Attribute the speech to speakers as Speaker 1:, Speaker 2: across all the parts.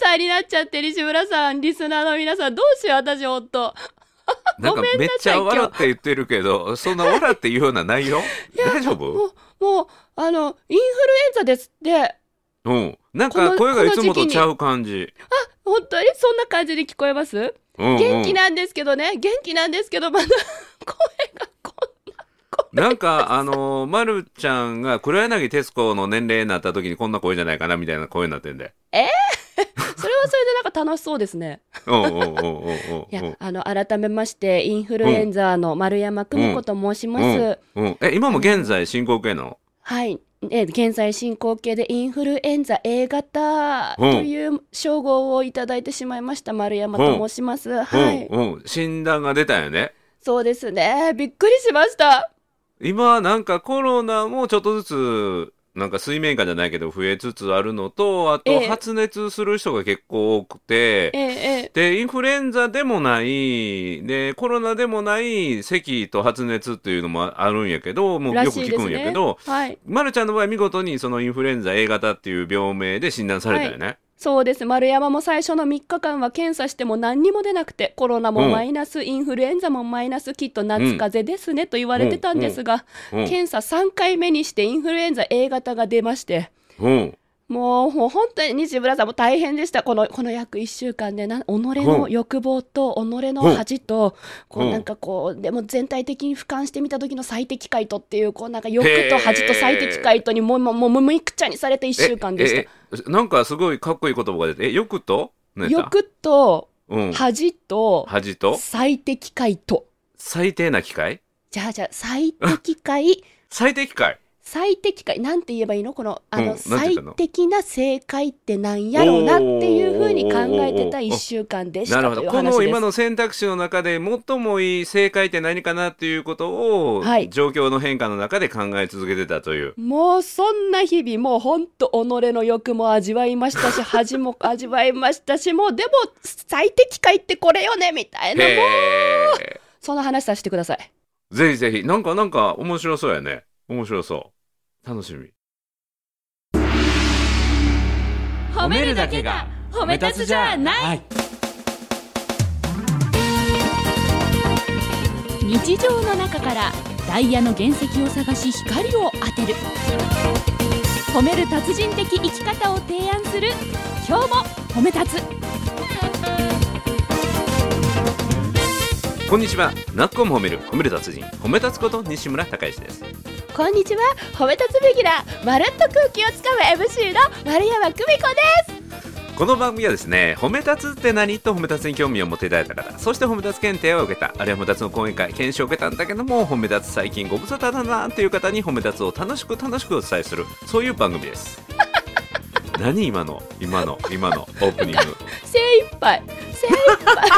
Speaker 1: 態になっちゃって、西村さん、リスナーの皆さん、どうしよう、私、ほんと。
Speaker 2: なんか
Speaker 1: ごめんなさい
Speaker 2: めっちゃ笑っ
Speaker 1: 今
Speaker 2: て言ってるけど、そんな笑って言うよう な内容
Speaker 1: や
Speaker 2: 大丈
Speaker 1: も
Speaker 2: 夫
Speaker 1: う、もう、あの、インフルエンザですって、
Speaker 2: うん。なん
Speaker 1: この
Speaker 2: か声がいつも
Speaker 1: この時期
Speaker 2: と
Speaker 1: に
Speaker 2: ちゃう感じ。
Speaker 1: 本当にそんな感じに聞こえます
Speaker 2: うん、うん。
Speaker 1: 元気なんですけどね、元気なんですけど、まだ 声がこ
Speaker 2: なんか、あのー、まるちゃんが黒柳徹子の年齢になった時にこんな声じゃないかなみたいな声になって んで。
Speaker 1: ん、それはそれでなんか楽しそうですね。
Speaker 2: うんうんうんうん
Speaker 1: いや
Speaker 2: うん、
Speaker 1: あの、改めまして、インフルエンザの丸山久美子と申します。
Speaker 2: うん。うん。え、今も現在進行形なの
Speaker 1: はい。え現在進行形でインフルエンザ A 型という称号をいただいてしまいました丸山と申します。はい、
Speaker 2: うんうん。診断が出たよね。
Speaker 1: そうですね。びっくりしました。
Speaker 2: 今、なんかコロナもちょっとずつ、なんか水面下じゃないけど増えつつあるのと、あと
Speaker 1: ええ
Speaker 2: 発熱する人が結構多くて、
Speaker 1: ええええ
Speaker 2: で、インフルエンザでもない、で、コロナでもない咳と発熱っていうのもあるんやけど、もう
Speaker 1: ら
Speaker 2: よ
Speaker 1: しい
Speaker 2: く聞
Speaker 1: で
Speaker 2: く
Speaker 1: す
Speaker 2: んや
Speaker 1: ね
Speaker 2: けど、。
Speaker 1: はい。
Speaker 2: まるちゃんの場合見事にそのインフルエンザ A 型っていう病名で診断されたよね。
Speaker 1: そうです。丸山も最初の3日間は検査しても何にも出なくて、コロナもマイナス、インフルエンザもマイナス、きっと夏風邪ですねと言われてたんですが、検査3回目にしてインフルエンザ A 型が出まして、
Speaker 2: うん。うん。
Speaker 1: もう、もう本当に西村さんも大変でした。この、この約1週間で、な、己の欲望と、己の恥と、こ
Speaker 2: う
Speaker 1: う、
Speaker 2: ん
Speaker 1: なんかこう、でも全体的に俯瞰してみた時の最適解とっていう、こう、なんか欲と恥と最適解とに、もう、もう、もう、もうむいくちゃにされて1週間でし
Speaker 2: えええなんかすごいかっこいい言葉が出て、え、よくと
Speaker 1: た。
Speaker 2: 何やった
Speaker 1: 欲と、
Speaker 2: うん。
Speaker 1: 恥と、
Speaker 2: 恥と
Speaker 1: 最適解と。
Speaker 2: 最低な機会
Speaker 1: じゃあじゃあ、最適解、
Speaker 2: 最低機会
Speaker 1: 最適解、なんて言えばいいのこの、あの、
Speaker 2: うんなんて言
Speaker 1: 最
Speaker 2: ったの
Speaker 1: 適な正解ってなんやろうなっていうふうに考えてた1週間でした
Speaker 2: なるほ
Speaker 1: という
Speaker 2: ど。こ
Speaker 1: 話です。
Speaker 2: の今の選択肢の中で最もいい正解って何かなっていうことを、
Speaker 1: はい
Speaker 2: 状況の変化の中で考え続けてたという。
Speaker 1: もうそんな日々、もうほんと己の欲も味わいました し、恥も味わいましたし、もうでも最適解ってこれよね、みたいな、
Speaker 2: へ
Speaker 1: もう
Speaker 2: え。
Speaker 1: その話させてください。
Speaker 2: ぜひぜひ。なんかなんか面白そうやね。面白そう。楽しみ。
Speaker 1: 褒
Speaker 3: めるだけが
Speaker 1: 褒
Speaker 3: はい
Speaker 4: 日常の中からダイヤの原石を探し光を当てる褒める達人的生き方を提案する今日も褒め立つ
Speaker 2: こんにちは。なっこも褒める褒める達人褒め立つこと西村孝之です。
Speaker 1: こんにちは、褒め立つべきだ、まるっと空気をつかむ MC の丸山久美子です。
Speaker 2: この番組はですね、褒め立つって何と褒め立つに興味を持っていただいた方、そして褒め立つ検定を受けた、あるいは褒め立つの講演会、研修を受けたんだけども、褒め立つ最近ご無沙汰だなという方に褒め立つを楽しく楽しくお伝えする、そういう番組 です。何今の今の今のオープニング
Speaker 1: 精一 杯精一杯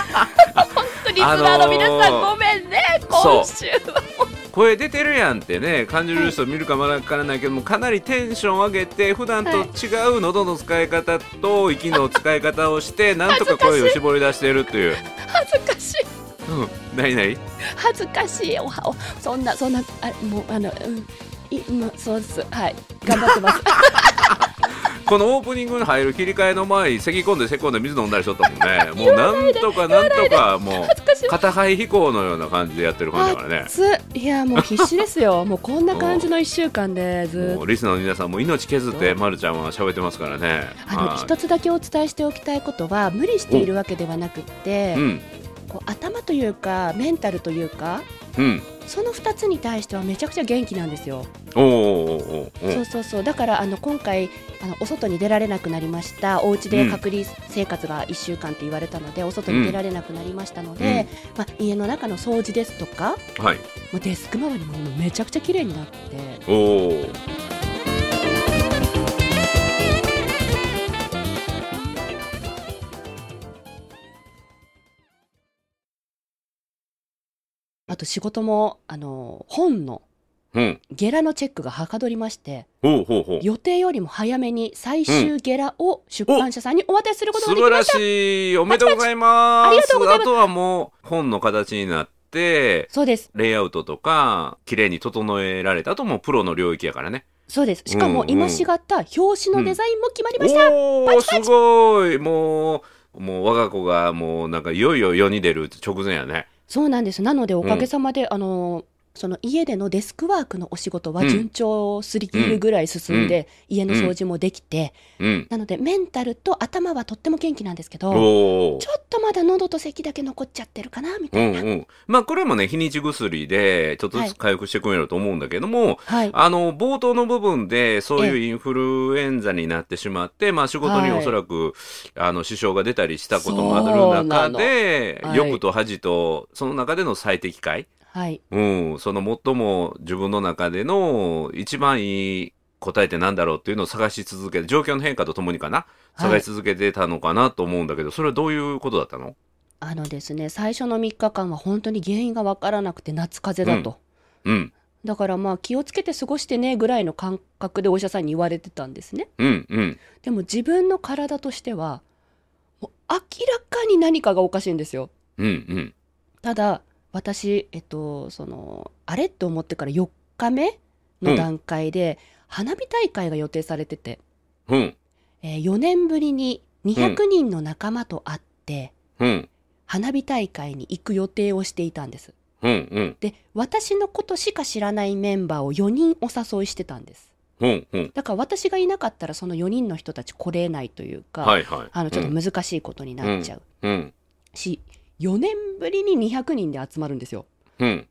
Speaker 1: 本当リスナーの皆さん、
Speaker 2: あのー
Speaker 1: ごめんね
Speaker 2: そ
Speaker 1: 今
Speaker 2: う
Speaker 1: 週は
Speaker 2: 声出てるやんってね感じる人見るかもわからないけどもかなりテンション上げて普段と違う喉の使い方と息の使い方をしてなんとか声を絞り出してるっていう
Speaker 1: 恥ずかしい
Speaker 2: うん何々
Speaker 1: 恥ずかしいおはおそんなそんなあもうあのうんいもうそうですはい頑張ってます
Speaker 2: このオープニングに入る切り替えの前に咳込んでせこんで水飲んだりしとったもんね もうなんとかなんとかも
Speaker 1: 恥ずかし
Speaker 2: う
Speaker 1: い
Speaker 2: 片肺飛行のような感じでやってる感じだからね
Speaker 1: 暑いいやもう必死です よもうこんな感じの一週間でずーっ
Speaker 2: も
Speaker 1: と
Speaker 2: うリスナーの皆さんも命削ってまるちゃんは喋ってますからね
Speaker 1: あの
Speaker 2: はい
Speaker 1: 一つだけお伝えしておきたいことは無理しているわけではなくって
Speaker 2: うん
Speaker 1: こう頭というかメンタルというか
Speaker 2: うん
Speaker 1: その二つに対してはめちゃくちゃ元気なんですよ
Speaker 2: おーおーおーおー
Speaker 1: そうそうそうだからあの今回あのお外に出られなくなりましたお家で隔離生活が1週間って言われたので、お外に出られなくなりましたので、まあ、家の中の掃除ですとか
Speaker 2: はい
Speaker 1: もうデスク周りももうめちゃくちゃ綺麗になって
Speaker 2: おお
Speaker 1: あと仕事もあの本の
Speaker 2: うん
Speaker 1: ゲラのチェックがはかどりまして
Speaker 2: ほうほうほう
Speaker 1: 予定よりも早めに最終ゲラを出版社さんにお渡しすることが
Speaker 2: 素
Speaker 1: できま
Speaker 2: 晴
Speaker 1: した
Speaker 2: らしいおめでとうございます
Speaker 1: ありがとうございます
Speaker 2: あとはもう本の形になって
Speaker 1: そうです
Speaker 2: レイアウトとか綺麗に整えられたともうプロの領域やからね
Speaker 1: そうです。しかも
Speaker 2: うんうん
Speaker 1: 今しがった表紙のデザインも決まりました。
Speaker 2: おおすごいもうもう我が子がもうなんかいよいよ世に出る直前やね
Speaker 1: そうなんです。なのでおかげさまで、あのその家でのデスクワークのお仕事は順調すり切るぐらい進んで、家の掃除もできて、
Speaker 2: うん
Speaker 1: なのでメンタルと頭はとっても元気なんですけ
Speaker 2: お
Speaker 1: ど、
Speaker 2: お
Speaker 1: ちょっとまだ喉と咳だけ残っちゃってるかなみ
Speaker 2: う
Speaker 1: たい
Speaker 2: ん
Speaker 1: な。
Speaker 2: うんまあこれもね日にち薬でちょっとずつ回復してくれると思うんだけども、
Speaker 1: はい。
Speaker 2: あの冒頭の部分でそういう
Speaker 1: え
Speaker 2: インフルエンザになってしまって、まあ、仕事に
Speaker 1: はい
Speaker 2: おそらく、あの支障が出たりしたこともある中で、
Speaker 1: そうなのはい
Speaker 2: 欲と恥とその中での最適解、
Speaker 1: はい。
Speaker 2: うん、その最も自分の中での一番いい答えってなんだろうっていうのを探し続けて状況の変化とともにかな
Speaker 1: はい
Speaker 2: 探し続けてたのかなと思うんだけど、それはどういうことだったの
Speaker 1: あのですね、最初の3日間は本当に原因がわからなくて夏風邪だと。
Speaker 2: うん
Speaker 1: だからまあ気をつけて過ごしてねぐらいの感覚でお医者さんに言われてたんですね。
Speaker 2: うんうん
Speaker 1: でも自分の体としては、もう明らかに何かがおかしいんですよ。
Speaker 2: うんうん
Speaker 1: ただ、私、えっと、その、あれって思ってから4日目の段階で、花火大会が予定されてて、
Speaker 2: うん
Speaker 1: え4年ぶりに200人の仲間と会って、
Speaker 2: うん
Speaker 1: 花火大会に行く予定をしていたんです。
Speaker 2: うんうん
Speaker 1: で、私のことしか知らないメンバーを4人お誘いしてたんです。
Speaker 2: うんうん
Speaker 1: だから私がいなかったらその4人の人たち来れないというか、
Speaker 2: はいはい
Speaker 1: あのちょっと難しいことになっちゃう、
Speaker 2: うん
Speaker 1: し4年ぶりに200人で集まるんですよ
Speaker 2: うん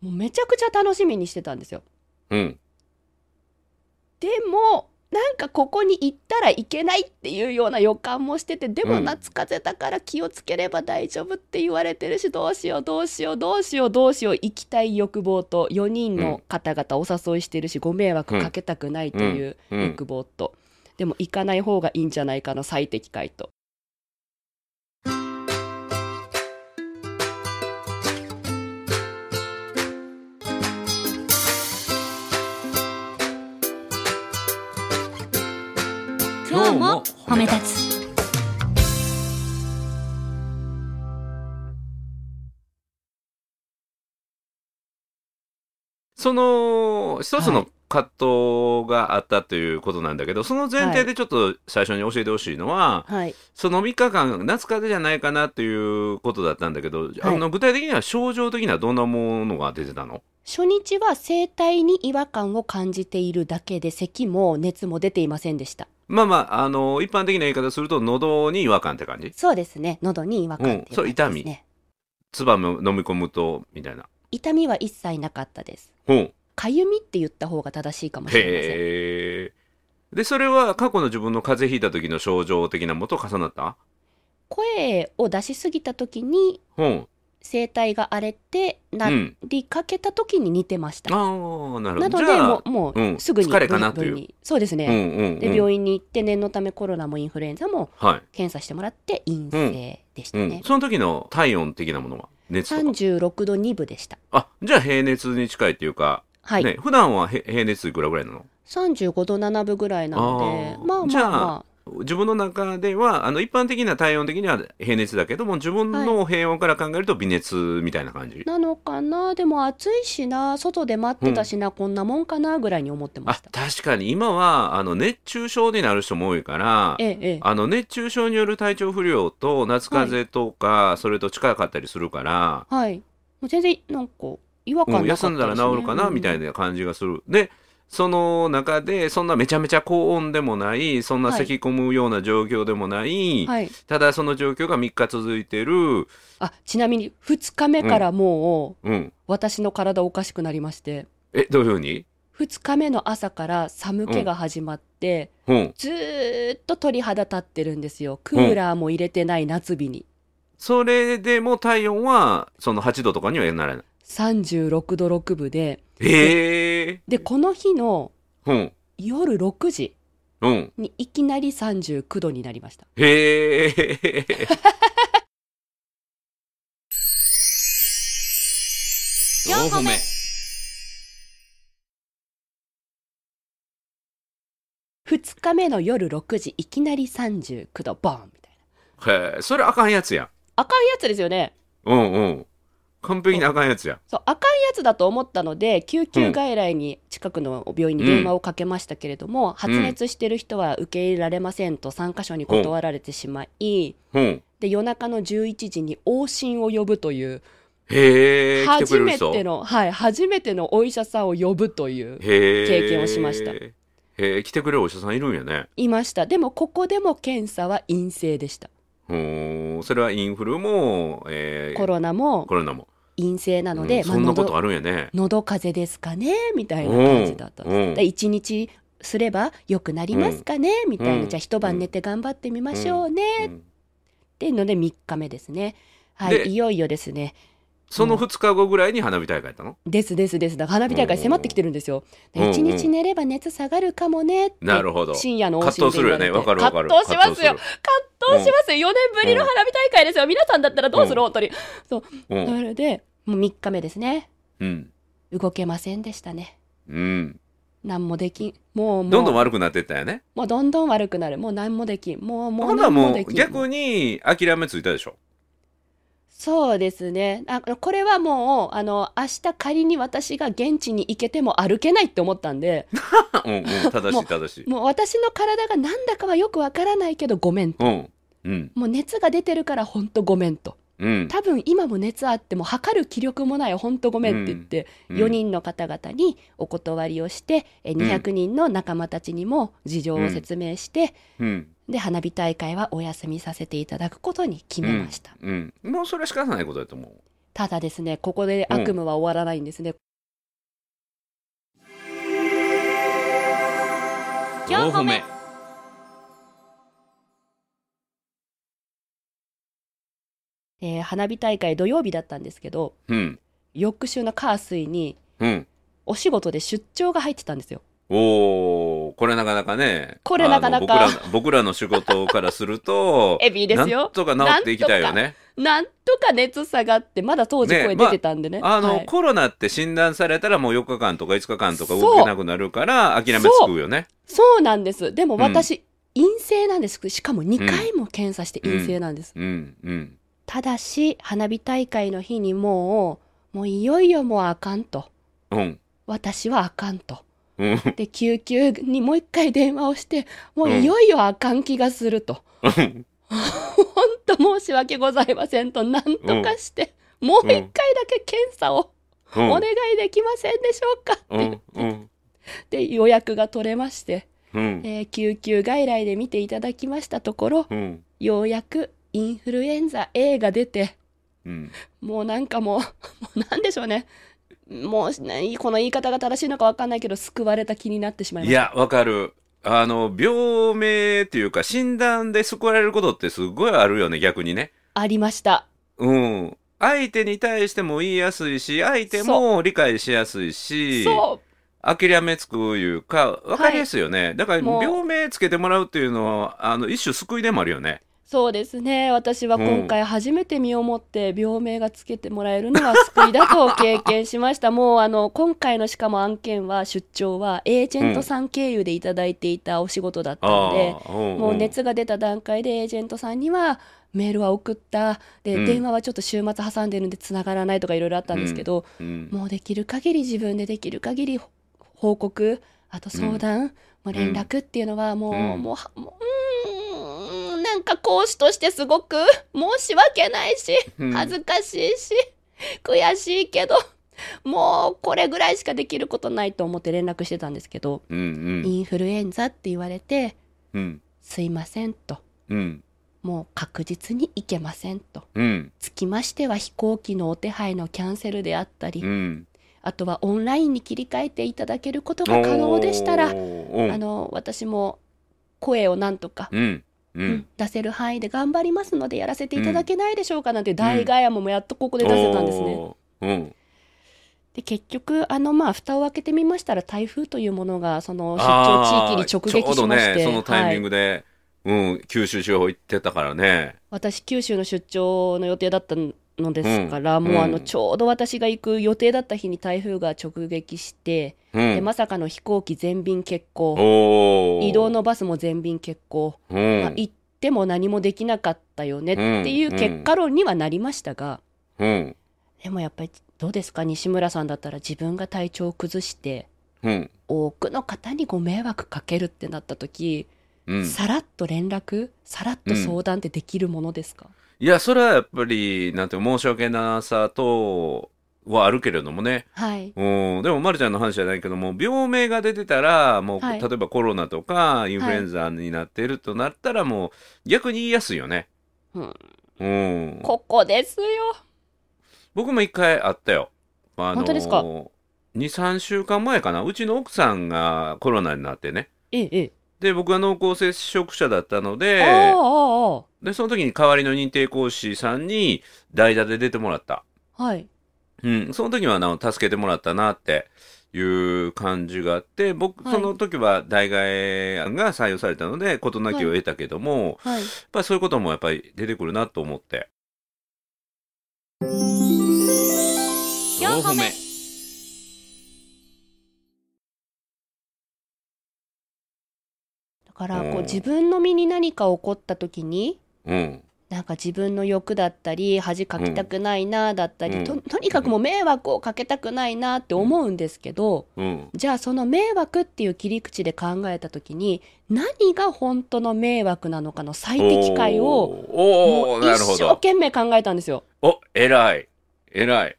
Speaker 1: もうめちゃくちゃ楽しみにしてたんですよ
Speaker 2: うん
Speaker 1: でもなんかここに行ったらいけないっていうような予感もしててで
Speaker 2: う
Speaker 1: も
Speaker 2: ん
Speaker 1: 夏風邪だから気をつければ大丈夫って言われてるしどうしようどうしようどうしようどうしよう行きたい欲望と4人の方々お誘いしてるしご迷惑かけたくないという
Speaker 2: うんうん
Speaker 1: 欲望と、でも行かない方がいいんじゃないかの最適解と。
Speaker 4: 今日も褒め立つ
Speaker 2: その一つの葛藤があったということなんだけど、その前提でちょっと最初に教えてほしいのは、
Speaker 1: はい、
Speaker 2: その3日間夏風邪じゃないかなということだったんだけど、あの具体的には症状的にはどんなものが出てたの
Speaker 1: 初日は声帯に違和感を感じているだけで咳も熱も出ていませんでした
Speaker 2: まあまああの一般的な言い方すると喉に違和感って感じ
Speaker 1: そうですね喉に違和感っていう感じです、ね
Speaker 2: うんそう痛み唾も飲み込むとみたいな
Speaker 1: 痛みは一切なかったです
Speaker 2: ほう
Speaker 1: かゆみって言った方が正しいかもしれません
Speaker 2: へえでそれは過去の自分の風邪ひいた時の症状的なものと重なった
Speaker 1: 声を出しすぎた時に
Speaker 2: ほ
Speaker 1: 声帯が荒れて
Speaker 2: う
Speaker 1: な
Speaker 2: うん
Speaker 1: りかけた時に似てました、
Speaker 2: ああなる
Speaker 1: な
Speaker 2: ほど
Speaker 1: の
Speaker 2: じ
Speaker 1: で
Speaker 2: ゃあ
Speaker 1: もうも
Speaker 2: うん
Speaker 1: うすぐに
Speaker 2: 疲れかなという
Speaker 1: 分類そうです
Speaker 2: うん
Speaker 1: ね、
Speaker 2: うんうん
Speaker 1: で病院に行って念のためコロナもインフルエンザも
Speaker 2: はい、
Speaker 1: 検査してもらって陰性でした
Speaker 2: うん
Speaker 1: ね、
Speaker 2: その時の体温的なものは熱とか
Speaker 1: 36度2分でした
Speaker 2: あじゃあ平熱に近いっていうか
Speaker 1: はい、
Speaker 2: ね、普段はへ平熱いくらぐらいなの
Speaker 1: 35度7分ぐらいなの
Speaker 2: あー
Speaker 1: でまあ
Speaker 2: じ
Speaker 1: ま
Speaker 2: ゃ
Speaker 1: あ
Speaker 2: あ
Speaker 1: ま
Speaker 2: 自分の中ではあの一般的な体温的には平熱だけども自分の平温から考えると微熱みたいな感じ、
Speaker 1: あなのかなでも暑いしな外で待ってたしな、こんなもんかなぐらいに思ってま
Speaker 2: あ
Speaker 1: した
Speaker 2: 確かに今はあの熱中症になる人も多いから
Speaker 1: ええええ
Speaker 2: あの熱中症による体調不良と夏風邪とか、それと近かったりするから、
Speaker 1: はいもう全然なんか違和
Speaker 2: う
Speaker 1: 感
Speaker 2: ん、
Speaker 1: なかった
Speaker 2: 休んだら治るかなみたい
Speaker 1: な
Speaker 2: な感じがする。でその中でそんなめちゃめちゃ高温でもないそんな咳き込むような状況でもない、
Speaker 1: はい
Speaker 2: ただその状況が3日続いてる、
Speaker 1: あちなみに2日目からもう
Speaker 2: うん、
Speaker 1: 私の体おかしくなりまして
Speaker 2: えどういうふうに、
Speaker 1: 2日目の朝から寒気が始まって、
Speaker 2: うん、
Speaker 1: ずーっと鳥肌立ってるんですよクーラーも入れてない夏日に
Speaker 2: それでも体温はその8度とかにはならない。
Speaker 1: 36度6分で
Speaker 2: へえ。
Speaker 1: でこの日の
Speaker 2: うん。
Speaker 1: 夜6時
Speaker 2: うん。
Speaker 1: にいきなり39度になりました
Speaker 2: へえ。
Speaker 4: 四個目
Speaker 1: 2日目の夜6時いきなり39度ボーンみたいな
Speaker 2: へえ、それあかんやつやん。
Speaker 1: あかんやつですよね
Speaker 2: うんうん。完璧なあかんやつや
Speaker 1: そう赤いやつだと思ったので救急外来に近くの病院に電話をかけましたけれども、発熱してる人は受け入れられませんと3箇所に断られてしまい、
Speaker 2: うん
Speaker 1: で夜中の11時に往診を呼ぶという
Speaker 2: へえ来てく
Speaker 1: 初
Speaker 2: れる
Speaker 1: め
Speaker 2: 人
Speaker 1: ての、はい、初めてのお医者さんを呼ぶという
Speaker 2: へえ
Speaker 1: 経験をしました
Speaker 2: へえ来てくれるお医者さんいるんやね
Speaker 1: いましたでもここでも検査は陰性でした
Speaker 2: うーんそれはインフルも、えー
Speaker 1: コロナも
Speaker 2: コロナも、
Speaker 1: 陰性なの
Speaker 2: う
Speaker 1: で、
Speaker 2: んそん
Speaker 1: ま
Speaker 2: な
Speaker 1: あ
Speaker 2: ことあるんやね
Speaker 1: 喉風邪ですかねみたいな感じだったんです
Speaker 2: うんうん
Speaker 1: で一日すれば良くなりますかね、みたいな、
Speaker 2: うん
Speaker 1: じゃあ一晩寝て頑張ってみましょうね、
Speaker 2: うん
Speaker 1: っていうので3日目ですねは
Speaker 2: で
Speaker 1: いいよいよですね
Speaker 2: その2日後ぐらいに花火大会やったの、
Speaker 1: ですですですだから花火大会迫ってきてるんですよ
Speaker 2: うんうん
Speaker 1: 一日寝れば熱下がるかもねって
Speaker 2: なるほど
Speaker 1: 深夜の往診
Speaker 2: 葛藤するよねわかるわかる
Speaker 1: 葛藤しますよ葛藤しますよ4年ぶりの
Speaker 2: うん
Speaker 1: 花火大会ですよ皆さんだったらどうする
Speaker 2: う
Speaker 1: 本当に
Speaker 2: する
Speaker 1: そ
Speaker 2: うん
Speaker 1: れでもう3日目ですね
Speaker 2: うん、
Speaker 1: 動けませんでしたね
Speaker 2: うん、
Speaker 1: 何もできんもうもう
Speaker 2: どんどん悪くなってったよね
Speaker 1: もうどんどん悪くなるもう何もできんもうも
Speaker 2: ほ
Speaker 1: うん
Speaker 2: なら
Speaker 1: 何も
Speaker 2: も
Speaker 1: で
Speaker 2: う
Speaker 1: きん
Speaker 2: 逆に諦めついたでしょ
Speaker 1: そうですねあこれはもうあの明日仮に私が現地に行けても歩けないって思ったん で
Speaker 2: うんうん正しい正しい
Speaker 1: もう私の体が何だかはよくわからないけどごめんと
Speaker 2: うんうん
Speaker 1: もう熱が出てるからほんとごめんと
Speaker 2: うん
Speaker 1: 多分今も熱あっても測る気力もないほんとごめんって言って、
Speaker 2: うん
Speaker 1: 4人の方々にお断りをしてえ200人の仲間たちにも事情を説明して、
Speaker 2: うん
Speaker 1: で花火大会はお休みさせていただくことに決めました、
Speaker 2: うんもうそれは仕方ないことだと思う
Speaker 1: ただですねここで悪夢は終わらないんですね、
Speaker 4: 4歩目
Speaker 1: えー花火大会土曜日だったんですけど
Speaker 2: うん
Speaker 1: 翌週の火水に
Speaker 2: うん
Speaker 1: お仕事で出張が入ってたんですよ
Speaker 2: おーこれなかなかね
Speaker 1: これなかなか
Speaker 2: あの僕ら僕らの仕事からすると
Speaker 1: エビーです
Speaker 2: なん
Speaker 1: よ
Speaker 2: とか治っていきたいよね
Speaker 1: なんとか熱下がってまだ当時
Speaker 2: ね
Speaker 1: 声出てたんでね
Speaker 2: あの、
Speaker 1: はい
Speaker 2: コロナって診断されたらもう4日間とか5日間とか
Speaker 1: そう
Speaker 2: 動けなくなるから諦めつくよね
Speaker 1: そうなんですでも
Speaker 2: うん
Speaker 1: 私、陰性なんですしかも2回も検査して陰性なんです、
Speaker 2: うんうん
Speaker 1: ただし花火大会の日にもうもういよいよもうあかんと
Speaker 2: うん
Speaker 1: 私はあかんと
Speaker 2: うん
Speaker 1: で救急にもう一回電話をしてもういよいよあかん気がすると、
Speaker 2: うん
Speaker 1: 本当申し訳ございませんとなんとかして、もう一回だけ検査を
Speaker 2: う
Speaker 1: お
Speaker 2: ん
Speaker 1: 願いできませんでしょうかって
Speaker 2: う
Speaker 1: 言っ
Speaker 2: んうん
Speaker 1: て予約が取れまして、
Speaker 2: うん
Speaker 1: えー救急外来で見ていただきましたところ
Speaker 2: うん
Speaker 1: ようやくインフルエンザ A が出て
Speaker 2: うん
Speaker 1: もうなんかもう もうなんでしょうねもうねこの言い方が正しいのかわかんないけど救われた気になってしまいま
Speaker 2: い
Speaker 1: した
Speaker 2: や、わかる。あの、病名っていうか、診断で救われることってすごいあるよね、逆にね。
Speaker 1: ありました
Speaker 2: うん。相手に対しても言いやすいし、相手も理解しやすいし、
Speaker 1: そ
Speaker 2: 諦めつくいうか、わかりやすいよね。だから、
Speaker 1: もう
Speaker 2: 病名つけてもらうっていうのは、あの、一種救いでもあるよね。
Speaker 1: うそうですね私は今回初めて身をもって病名がつけてもらえるのは救いだと経験しましたもうあの今回のしかも案件は出張はエージェントさん経由でいただいていたお仕事だったの
Speaker 2: あ
Speaker 1: で、
Speaker 2: あ、うん
Speaker 1: もう熱が出た段階でエージェントさんにはメールは送ったで、
Speaker 2: うん
Speaker 1: 電話はちょっと週末挟んでるんで繋がらないとかいろいろあったんですけど、
Speaker 2: うん
Speaker 1: もうできる限り自分でできる限りほ報告あと相談、もう連絡っていうのはもう、
Speaker 2: うん
Speaker 1: もうはもううーんなんか講師としてすごく 申し訳ないし
Speaker 2: うん
Speaker 1: 恥ずかしいし悔しいけどもうこれぐらいしかできることないと思って連絡してたんですけど、
Speaker 2: うんうん
Speaker 1: インフルエンザって言われて
Speaker 2: うん
Speaker 1: 「すいません」と。
Speaker 2: うん
Speaker 1: もう確実に行けませんと。
Speaker 2: うん
Speaker 1: つきましては飛行機のお手配のキャンセルであったり、
Speaker 2: うん
Speaker 1: あとはオンラインに切り替えていただけることが可能でしたら、
Speaker 2: おー
Speaker 1: あの、私も声をなんとか、
Speaker 2: うんう
Speaker 1: うん
Speaker 2: ん
Speaker 1: 出せる範囲で頑張りますのでやらせていただけないでしょうかなんて大ガヤもやっとここで出せたんですね。
Speaker 2: おーうん
Speaker 1: で、結局、あの、まあ、蓋を開けてみましたら台風というものが、その出張地
Speaker 2: あ
Speaker 1: 域に直撃しま
Speaker 2: ーち
Speaker 1: し
Speaker 2: ょうどね、
Speaker 1: て、
Speaker 2: そのタイミン
Speaker 1: はい
Speaker 2: グで、うん、九州地方行ってたからね。
Speaker 1: 私九州の出張の予定だったのですから、
Speaker 2: うん
Speaker 1: もうあ
Speaker 2: う
Speaker 1: の
Speaker 2: ん
Speaker 1: ちょうど私が行く予定だった日に台風が直撃して、
Speaker 2: う
Speaker 1: で
Speaker 2: ん。
Speaker 1: まさかの飛行機全便欠航
Speaker 2: おー
Speaker 1: 移動、のバスも全便欠航、
Speaker 2: うん、
Speaker 1: まあ行っても何もできなかったよねっていう結果論にはなりましたが、
Speaker 2: うん、
Speaker 1: でもやっぱりどうですか西村さんだったら自分が体調を崩して
Speaker 2: うん
Speaker 1: 多くの方にご迷惑かけるってなった時、
Speaker 2: うん、
Speaker 1: さらっと連絡さらっと相談ってできるものですか、
Speaker 2: いやそれはやっぱりなんていうの申し訳なさとはあるけれどもね
Speaker 1: はい
Speaker 2: うん、でも、ま、るちゃんの話じゃないけども病名が出てたらもう、
Speaker 1: はい
Speaker 2: 例えばコロナとかインフルエンザになってるとなったら、もう逆に言いやすいよね。
Speaker 1: うん
Speaker 2: うん、
Speaker 1: ここですよ
Speaker 2: 僕も一回あったよ。あ
Speaker 1: 本当ですか
Speaker 2: 2、3週間前かな。うちの奥さんがコロナになってね。
Speaker 1: えええ
Speaker 2: で、僕が濃厚接触者だったの
Speaker 1: え、
Speaker 2: で、
Speaker 1: あああ
Speaker 2: で、その時に代わりの認定講師さんに代打で出てもらった。
Speaker 1: あはい
Speaker 2: うん、その時はあの助けてもらったなっていう感じがあって、僕、
Speaker 1: はい
Speaker 2: その時は代替案が採用されたので、事なきを得たけども、やっ
Speaker 1: はい
Speaker 2: ぱりそういうこともやっぱり出てくるなと思って。
Speaker 4: 四歩目
Speaker 1: だから
Speaker 2: う
Speaker 1: こうん自分の身に何か起こった時に
Speaker 2: うん。
Speaker 1: なんか自分の欲だったり恥かきたくないなだったり、
Speaker 2: うん
Speaker 1: ととにかくもう迷惑をかけたくないなって思うんですけど、
Speaker 2: うん。
Speaker 1: じゃあその迷惑っていう切り口で考えた時に何が本当の迷惑なのかの最適解を
Speaker 2: お
Speaker 1: も
Speaker 2: ーお
Speaker 1: う
Speaker 2: ー、なる
Speaker 1: 一
Speaker 2: ほ
Speaker 1: 生
Speaker 2: ど。
Speaker 1: 懸命考えたんですよ。
Speaker 2: お、偉い。偉い。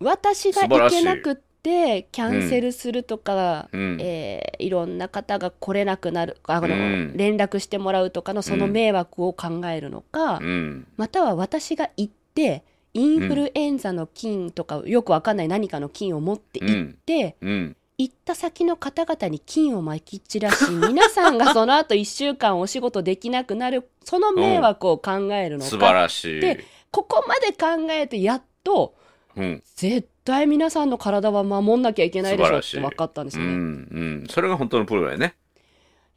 Speaker 1: 私が行けなくってキャンセルするとか、
Speaker 2: うん。
Speaker 1: えーいろんな方が来れなくなるあの、
Speaker 2: うん
Speaker 1: 連絡してもらうとかのその迷惑を考えるのか、
Speaker 2: うん。
Speaker 1: または私が行ってインフルエンザの菌とかよくわかんない何かの菌を持って
Speaker 2: う
Speaker 1: 行っ
Speaker 2: ん。
Speaker 1: て、
Speaker 2: うん。
Speaker 1: 行った先の方々に金をまき散らし皆さんがその後1週間お仕事できなくなるその迷惑を考えるの
Speaker 2: 素
Speaker 1: か、
Speaker 2: 晴らしい
Speaker 1: で。ここまで考えてやっと
Speaker 2: うん。
Speaker 1: 絶対皆さんの体は守んなきゃいけないでしょっ
Speaker 2: 素
Speaker 1: て
Speaker 2: 晴らしい
Speaker 1: 分かったんです
Speaker 2: う
Speaker 1: よ
Speaker 2: ん。
Speaker 1: ね。
Speaker 2: うん。それが本当のプロだよね。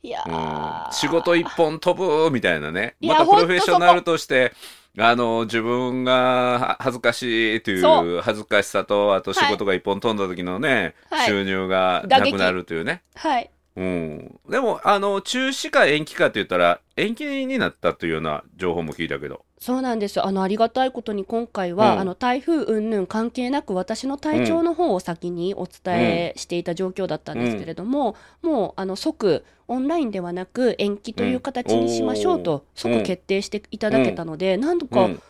Speaker 1: いや
Speaker 2: うん
Speaker 1: ー
Speaker 2: 仕事一本飛ぶみたいなね。
Speaker 1: い
Speaker 2: ま
Speaker 1: や
Speaker 2: たプロフェッショナルとして、あの、自分がは恥ずかしいとい
Speaker 1: そう
Speaker 2: 恥ずかしさと、あと仕事が一本飛んだ時のね、
Speaker 1: はい
Speaker 2: 収入がなくなるというね。
Speaker 1: はい
Speaker 2: うん。でも、あの、中止か延期かって言ったら、延期になったというような情報も聞いたけど。
Speaker 1: そうなんですよあのありがたいことに今回は、
Speaker 2: うん
Speaker 1: あの台風云々関係なく私の体調の方を先にお伝えしていた状況だったんですけれども、もうあの即オンラインではなく延期という形にしましょう
Speaker 2: う
Speaker 1: と即決定していただけたので、何度
Speaker 2: う
Speaker 1: か
Speaker 2: ん。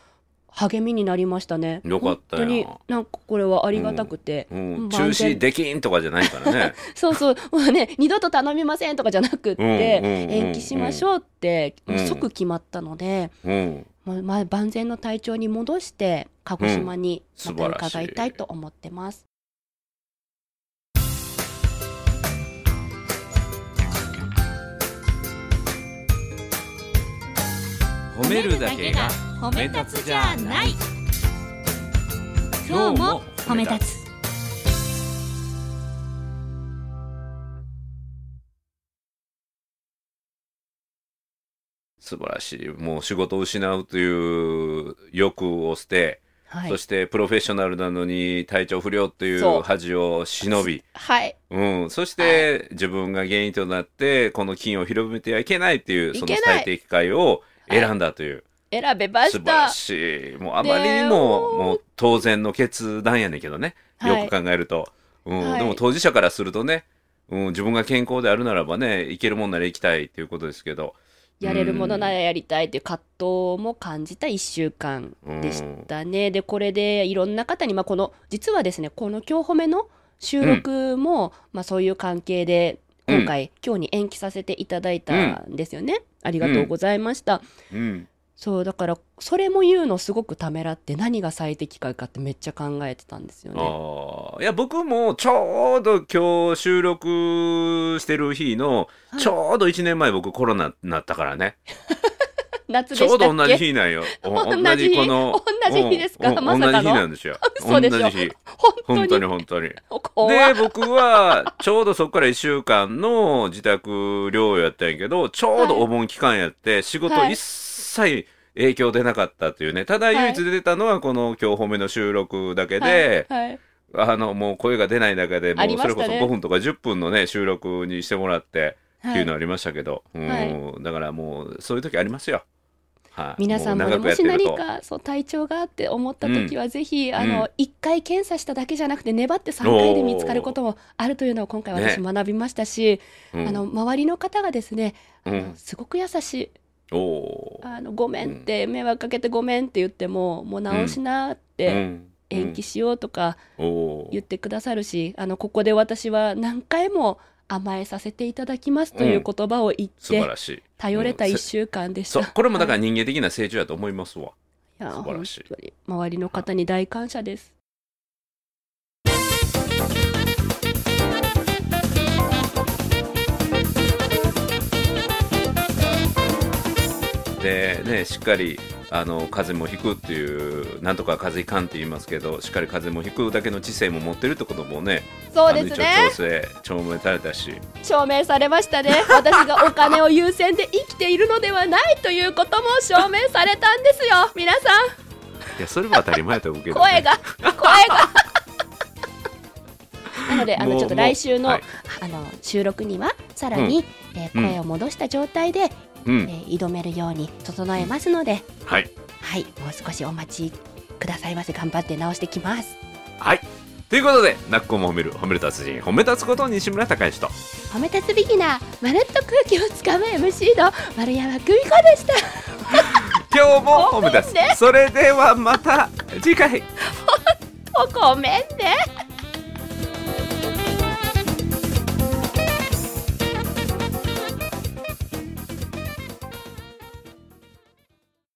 Speaker 1: 励みになりましたね。
Speaker 2: よかった
Speaker 1: 本当
Speaker 2: よ
Speaker 1: になんかこれはありがたくて、
Speaker 2: うん、中
Speaker 1: 万全
Speaker 2: 止できんとかじゃないから ね。
Speaker 1: そうそうもうね二度と頼みませんとかじゃなくって、延期しまし
Speaker 2: う
Speaker 1: ょうって、
Speaker 2: うん
Speaker 1: もう即決まったので。
Speaker 2: ん。うんうん
Speaker 1: もうまあ万全の体調に戻して鹿児島に
Speaker 2: う
Speaker 1: ま
Speaker 2: ん
Speaker 1: た
Speaker 2: 素晴らしい
Speaker 1: 伺いたいと思ってます。
Speaker 2: 褒めるだけが
Speaker 4: 褒
Speaker 2: め立つじゃない
Speaker 4: 今日も褒め立つ
Speaker 2: 素晴らしい。もう仕事を失うという欲を捨て、
Speaker 1: はい
Speaker 2: そ、してプロフェッショナルなのに体調不良とい
Speaker 1: そう
Speaker 2: う恥を忍び、
Speaker 1: はい、
Speaker 2: うん、そして自分が原因となって、この菌を広めてはいけないっていう、
Speaker 1: い
Speaker 2: そ
Speaker 1: けな
Speaker 2: の
Speaker 1: い
Speaker 2: 最適解を選んだという、
Speaker 1: 選べま
Speaker 2: 素
Speaker 1: し
Speaker 2: 晴
Speaker 1: た
Speaker 2: ら。しい。もうあまりにも、
Speaker 1: ね
Speaker 2: もう当然の決断やねんけどね、
Speaker 1: はい
Speaker 2: よく考えると。うん、
Speaker 1: はい
Speaker 2: でも当事者からするとね、うん、自分が健康であるならばね、いけるもんなら行きたいっていうことですけど、
Speaker 1: やれるものならやりたいという葛藤も感じた1週間でしたね。でこれでいろんな方に、まあ、この実はですねこの「今日褒め」の収録も、まあ、そういう関係で今回、今日に延期させていただいたんですよね。ありがとうございました。
Speaker 2: うん、
Speaker 1: そうだからそれも言うのすごくためらって何が最適解かってめっちゃ考えてたんですよね。
Speaker 2: ああ、いや、僕もちょうど今日収録してる日の、
Speaker 1: はい
Speaker 2: ちょうど1年前僕コロナになったからね。
Speaker 1: 夏で
Speaker 2: ちょ
Speaker 1: し
Speaker 2: う
Speaker 1: た
Speaker 2: ど同
Speaker 1: っ
Speaker 2: じ
Speaker 1: け
Speaker 2: 日な んよ。
Speaker 1: 同
Speaker 2: お
Speaker 1: じ日同じ日ですか
Speaker 2: おお
Speaker 1: まさかの
Speaker 2: 同じ日な んですよ。
Speaker 1: 嘘でしょ
Speaker 2: 同じ日。
Speaker 1: 本当
Speaker 2: 本当
Speaker 1: に
Speaker 2: に本当に。
Speaker 1: 怖
Speaker 2: で、
Speaker 1: い
Speaker 2: 僕は、ちょうどそこから1週間の自宅療養やったんやけど、ちょうどお盆期間やって、仕事
Speaker 1: はい
Speaker 2: 一切影響出なかったっていうね。ただ唯一出たのは、この今日褒めの収録だけで、
Speaker 1: はいはい
Speaker 2: あの、もう声が出ない中で、も
Speaker 1: あり
Speaker 2: う
Speaker 1: ま
Speaker 2: そ
Speaker 1: し
Speaker 2: れ
Speaker 1: た
Speaker 2: こ
Speaker 1: ね
Speaker 2: そ5分とか10分のね、収録にしてもらってって
Speaker 1: はい
Speaker 2: いうのありましたけど、
Speaker 1: は
Speaker 2: うん、だからもう、そういう時ありますよ。はい
Speaker 1: 皆さんもね
Speaker 2: う
Speaker 1: も
Speaker 2: 長く
Speaker 1: し
Speaker 2: やっ
Speaker 1: 何
Speaker 2: てると
Speaker 1: かそう体調があって思った時はぜひ、あ
Speaker 2: うん
Speaker 1: の1回検査しただけじゃなくて粘って3回で見つかることもあるというのを今回私学びましたし、
Speaker 2: うん
Speaker 1: あの周りの方がですね、あの
Speaker 2: うん
Speaker 1: すごく優しい
Speaker 2: おー
Speaker 1: あのごめんって迷惑かけてごめんって言ってももう直しなって延期
Speaker 2: し、
Speaker 1: しようとか
Speaker 2: うんお
Speaker 1: 言っ
Speaker 2: ー
Speaker 1: てくださるし、あのここで私は何回も甘えさせていただきますという言葉を言っ
Speaker 2: 素晴
Speaker 1: て
Speaker 2: らしい
Speaker 1: 頼れた
Speaker 2: うん
Speaker 1: 1週間でした。
Speaker 2: そうこれもだか
Speaker 1: は
Speaker 2: ら人間的な成長だと思いますわ
Speaker 1: いや
Speaker 2: 素晴らしい
Speaker 1: 本当に周りの方に大感謝です。
Speaker 2: でねしっかりあの風邪もひくっていうなんとか風邪いかんって言いますけどしっかり風邪もひくだけの知性も持ってるってこともね
Speaker 1: そうです
Speaker 2: あの
Speaker 1: ね
Speaker 2: 一応調整証明されたし
Speaker 1: 証明されました ね私がお金を優先で生きているのではないということも証明されたんですよ皆さん
Speaker 2: いやそれは当たり前だと思うけど、ね、
Speaker 1: 声が声 がなのであ
Speaker 2: も
Speaker 1: の
Speaker 2: う
Speaker 1: ちょっと来週の,、
Speaker 2: もうはい
Speaker 1: あの収録にはさらに、えー
Speaker 2: うん
Speaker 1: 声を戻した状態で、
Speaker 2: う
Speaker 1: え
Speaker 2: ん
Speaker 1: ー挑めるように整えますので、
Speaker 2: はい
Speaker 1: はいもう少しお待ちくださいませ頑張って直してきます
Speaker 2: はいということでなっこも褒める褒める達人褒め立つこと西村孝之と
Speaker 1: 褒め立つビギナーまるっと空気をつかむ MC の丸山久美子で した
Speaker 2: 今日も褒め立
Speaker 1: ごめんね
Speaker 2: つそれではまた次回
Speaker 1: ごめんね